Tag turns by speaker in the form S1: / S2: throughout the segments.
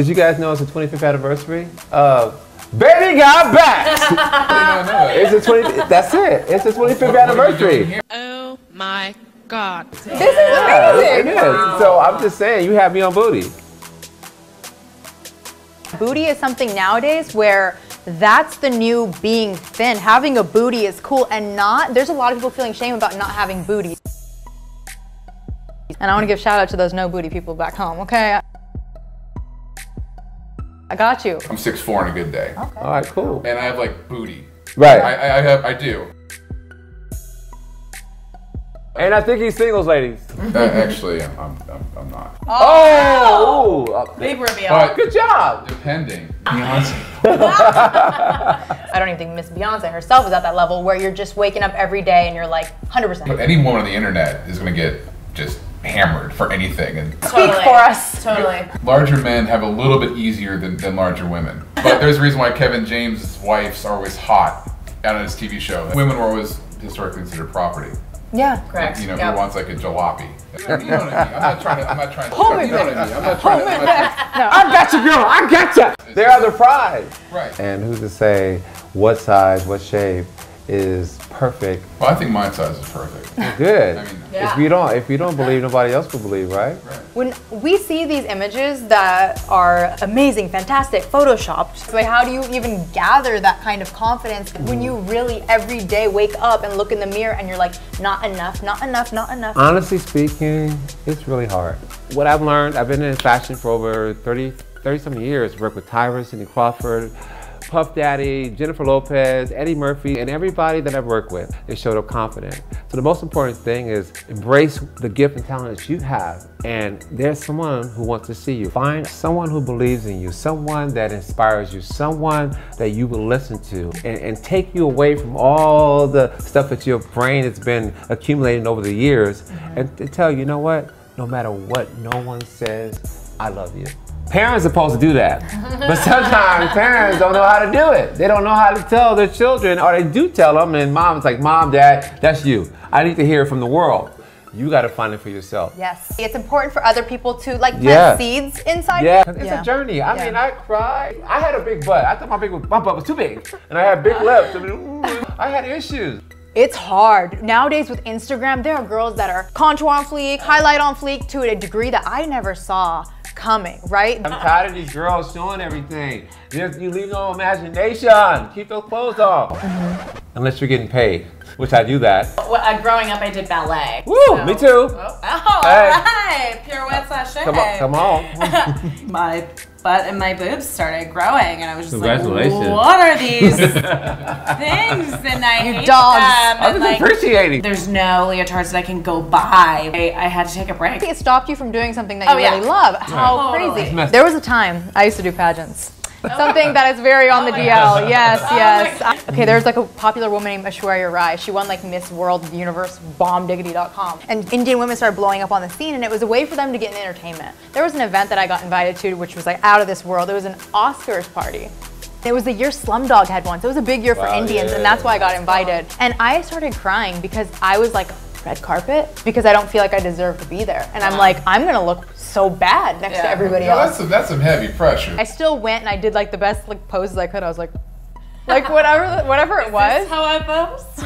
S1: Did you guys know it's the 25th anniversary of Baby Got Back? it's the 20. That's it. It's the 25th anniversary.
S2: Oh my god.
S3: This is
S1: Yeah, it
S3: amazing.
S1: is. So I'm just saying, you have me on booty.
S3: Booty is something nowadays where that's the new being thin. Having a booty is cool and not, there's a lot of people feeling shame about not having booty. And I want to give shout out to those no booty people back home, okay? I got you.
S4: I'm six four on a good day,
S1: All right, cool.
S4: and I have like booty. I,
S1: Right.
S4: I I have I do.
S1: And I think he's singles, ladies.
S4: Uh, actually, I'm, I'm, I'm, I'm not.
S1: Oh, ooh.
S5: Big reveal.
S4: But
S1: good job.
S4: depending,
S3: I don't even think Miss Beyonce herself is at that level where you're just waking up every day and you're like 100%.
S4: any woman on the internet is gonna get just hammered for anything, and
S3: Speak
S5: Totally.
S3: for us.
S5: Totally.
S4: larger men have a little bit easier than, than larger women. But there's a reason why Kevin James' wives are always hot out on his TV show. Women were always historically considered property.
S3: Yeah.
S5: Correct.
S4: You know,
S5: Yep.
S4: who wants like a jalopy? You know what I mean? I'm not trying to. I'm not trying to. you know what I mean? I'm not trying to. I'm not trying
S1: I got you, girl. I got you. They are the prize.
S4: to right.
S1: And who's to say what size, what shape is perfect?
S4: Well, I think my size is perfect.
S1: Good.
S4: I mean,
S1: If you don't, if you don't believe, nobody else will believe, right?
S3: When we see these images that are amazing, fantastic, photoshopped, so how do you even gather that kind of confidence when you really every day wake up and look in the mirror and you're like, not enough, not enough, not enough?
S1: Honestly speaking, it's really hard. What I've learned, I've been in fashion for over 30, 30 something years. Worked with Tyra, Cindy Crawford, Puff Daddy, Jennifer Lopez, Eddie Murphy, and everybody that I've worked with. They showed up confident. So the most important thing is embrace the gift and talent that you have. And there's someone who wants to see you. Find someone who believes in you, someone that inspires you, someone that you will listen to and, and take you away from all the stuff that your brain has been accumulating over the years and to tell you, you know what? No matter what no one says, I love you. Parents are supposed to do that. But sometimes parents don't know how to do it. They don't know how to tell their children, or they do tell them, and mom's like, Mom, Dad, that's you. I need to hear it from the world. You gotta find it for yourself.
S3: Yes. It's important for other people to like plant
S1: Yeah.
S3: seeds inside
S1: Yeah,
S3: you.
S1: it's
S3: Yeah.
S1: a journey. I
S3: Yeah.
S1: mean, I cried. I had a big butt. I thought my big my butt was too big, and I had big lips. I mean, ooh, I had issues.
S3: It's hard. Nowadays with Instagram, there are girls that are contour on fleek, highlight on fleek to a degree that I never saw coming, right?
S1: I'm tired of these girls showing everything. You, you leave no imagination. Keep those clothes on. Unless you're getting paid, which I do that.
S5: Well, uh, growing up, I did ballet.
S1: Woo,
S5: so-
S1: me too.
S5: Oh, all
S1: Hey.
S5: right. Pirouette sashay.
S1: Come on, come on.
S5: My butt and my boobs started growing, and I was just
S1: Congratulations.
S5: like, "What are these things?" And I hate
S3: dogs.
S5: them.
S1: I'm
S5: And
S1: just
S5: like,
S1: appreciating.
S5: there's no leotards that I can go buy. I, I had to take a break.
S3: It stopped you from doing something that
S5: Oh,
S3: you
S5: yeah.
S3: really love. How
S5: Totally.
S3: crazy.
S1: messed
S3: There was a time I used to do pageants. Something that is very on the
S5: Oh,
S3: DL. Yes, yes. okay, there's like a popular woman named Ashwarya Rai. She won like Miss World Universe bombdiggity.com. And Indian women started blowing up on the scene, and it was a way for them to get in entertainment. There was an event that I got invited to, which was like out of this world. It was an Oscars party. It was the year Slumdog had one, so it was a big year for
S1: Wow,
S3: Indians,
S1: yeah.
S3: and that's why I got invited. And I started crying because I was like, red carpet? Because I don't feel like I deserve to be there. And I'm like, I'm gonna look so bad next to
S5: Yeah.
S3: everybody
S4: Well, that's
S3: else.
S4: some, that's some heavy pressure.
S3: I still went and I did like the best like poses I could. I was like, like whatever, whatever it was,
S5: That's how I boast.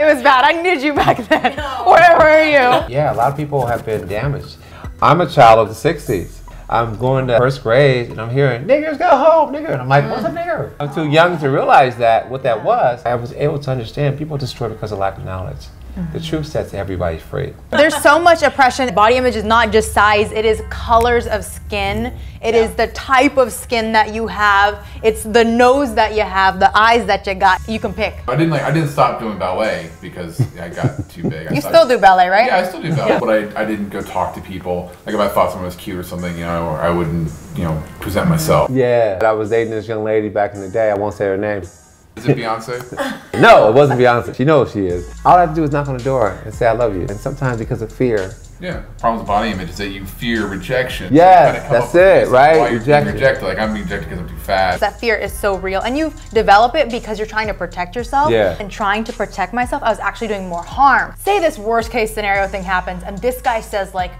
S3: it was bad. I needed you back then. Whatever are you?
S1: Yeah, a lot of people have been damaged. I'm a child of the 60s. I'm going to first grade and I'm hearing, niggers go home, nigger. And I'm like, what's a nigger? I'm too young to realize that what that was. I was able to understand people destroyed because of lack of knowledge. The truth sets everybody free.
S3: There's so much oppression. Body image is not just size, it is colors of skin. It is the type of skin that you have. It's the nose that you have, the eyes that you got. You can pick.
S4: I didn't like. I didn't stop doing ballet because I got too big. I
S3: You
S4: stopped-
S3: still do ballet, right?
S4: Yeah, I still do ballet, but I, I didn't go talk to people. Like if I thought someone was cute or something, you know, I wouldn't, you know, present myself.
S1: Yeah. I was dating this young lady back in the day. I won't say her name.
S4: Is it Beyonce?
S1: No, it wasn't Beyonce. She knows who she is. All I have to do is knock on the door and say, I love you. And sometimes because of fear,
S4: yeah. Problem with body image is that you fear rejection.
S1: Yes,
S4: You kinda come
S1: that's
S4: up with
S1: it,
S4: reasons
S1: right?
S4: Why you're being
S1: Rejection.
S4: rejected. Like I'm being rejected because I'm too fat.
S3: that fear is so real and you develop it because you're trying to protect yourself
S1: Yeah.
S3: and trying to protect myself i was actually doing more harm say this worst case scenario thing happens and this guy says like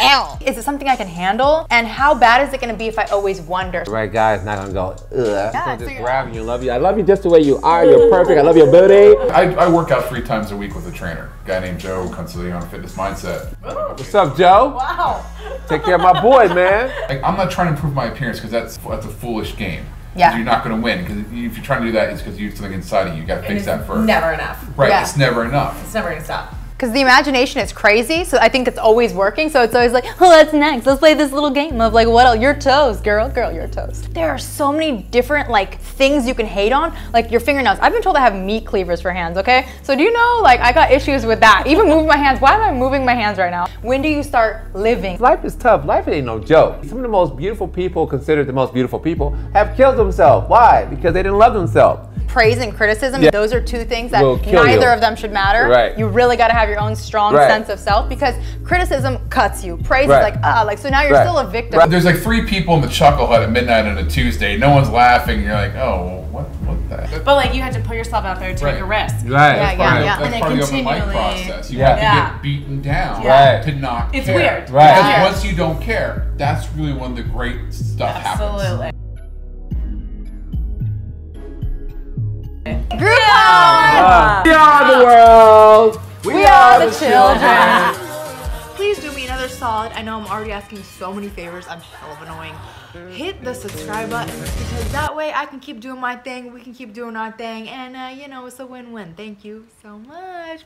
S3: L. Is it something I can handle? And how bad is it gonna be if I always wonder?
S1: The right guy is not gonna go, ugh. He's gonna
S3: so
S1: just
S3: you're-
S1: grab you, love you. I love you just the way you are. You're perfect. I love your booty.
S4: I, I work out three times a week with a trainer, a guy named Joe Conciliano Fitness Mindset.
S1: What's up, Joe?
S5: Wow.
S1: Take care of my boy, man.
S4: Like, I'm not trying to improve my appearance because that's that's a foolish game.
S3: Yeah.
S4: You're not going to win because if you're trying to do that, it's because you have something inside of you. You got to fix that first.
S5: Never enough.
S4: Right.
S3: Yeah.
S4: It's never enough.
S5: It's never gonna stop.
S3: Because the imagination is crazy, so I think it's always working. So it's always like, oh, that's next. Let's play this little game of like, what else? Your toes, girl, girl, your toes. There are so many different like things you can hate on, like your fingernails. I've been told I have meat cleavers for hands. Okay, so do you know like I got issues with that? Even moving my hands. Why am I moving my hands right now? When do you start living?
S1: Life is tough. Life ain't no joke. Some of the most beautiful people, considered the most beautiful people, have killed themselves. Why? Because they didn't love themselves.
S3: Praise and criticism.
S1: Yeah.
S3: Those are two things that
S1: Will kill
S3: neither
S1: you.
S3: of them should matter.
S1: Right.
S3: You really got to have your own strong
S1: Right.
S3: sense of self because criticism cuts you. Praise
S1: Right.
S3: is like ah, like so now you're
S1: Right.
S3: still a victim.
S1: Right.
S4: There's like three people in the chuckle hut at midnight on a Tuesday. No one's laughing. You're like, oh, what? What the?
S5: But like you had to put yourself out there, take
S4: Right.
S5: a risk.
S1: Right.
S3: Yeah, yeah,
S4: Part
S3: yeah.
S4: of- That's
S5: And
S4: part of
S5: then
S4: the open mic
S5: continually-
S4: process. You
S1: Yeah.
S4: have to
S5: Yeah.
S4: get beaten down
S1: Yeah. Right.
S4: to not
S5: It's
S4: care.
S5: weird.
S1: Right.
S4: Because
S1: Yeah.
S4: once you don't care, that's really when the great stuff happens.
S5: Absolutely.
S3: Groupon!
S1: We are
S3: Uh,
S1: the world. We,
S3: Please do me another solid. I know I'm already asking so many favors. I'm hell of annoying. Hit the subscribe button because that way I can keep doing my thing. We can keep doing our thing. And, uh, you know, it's a win win. Thank you so much.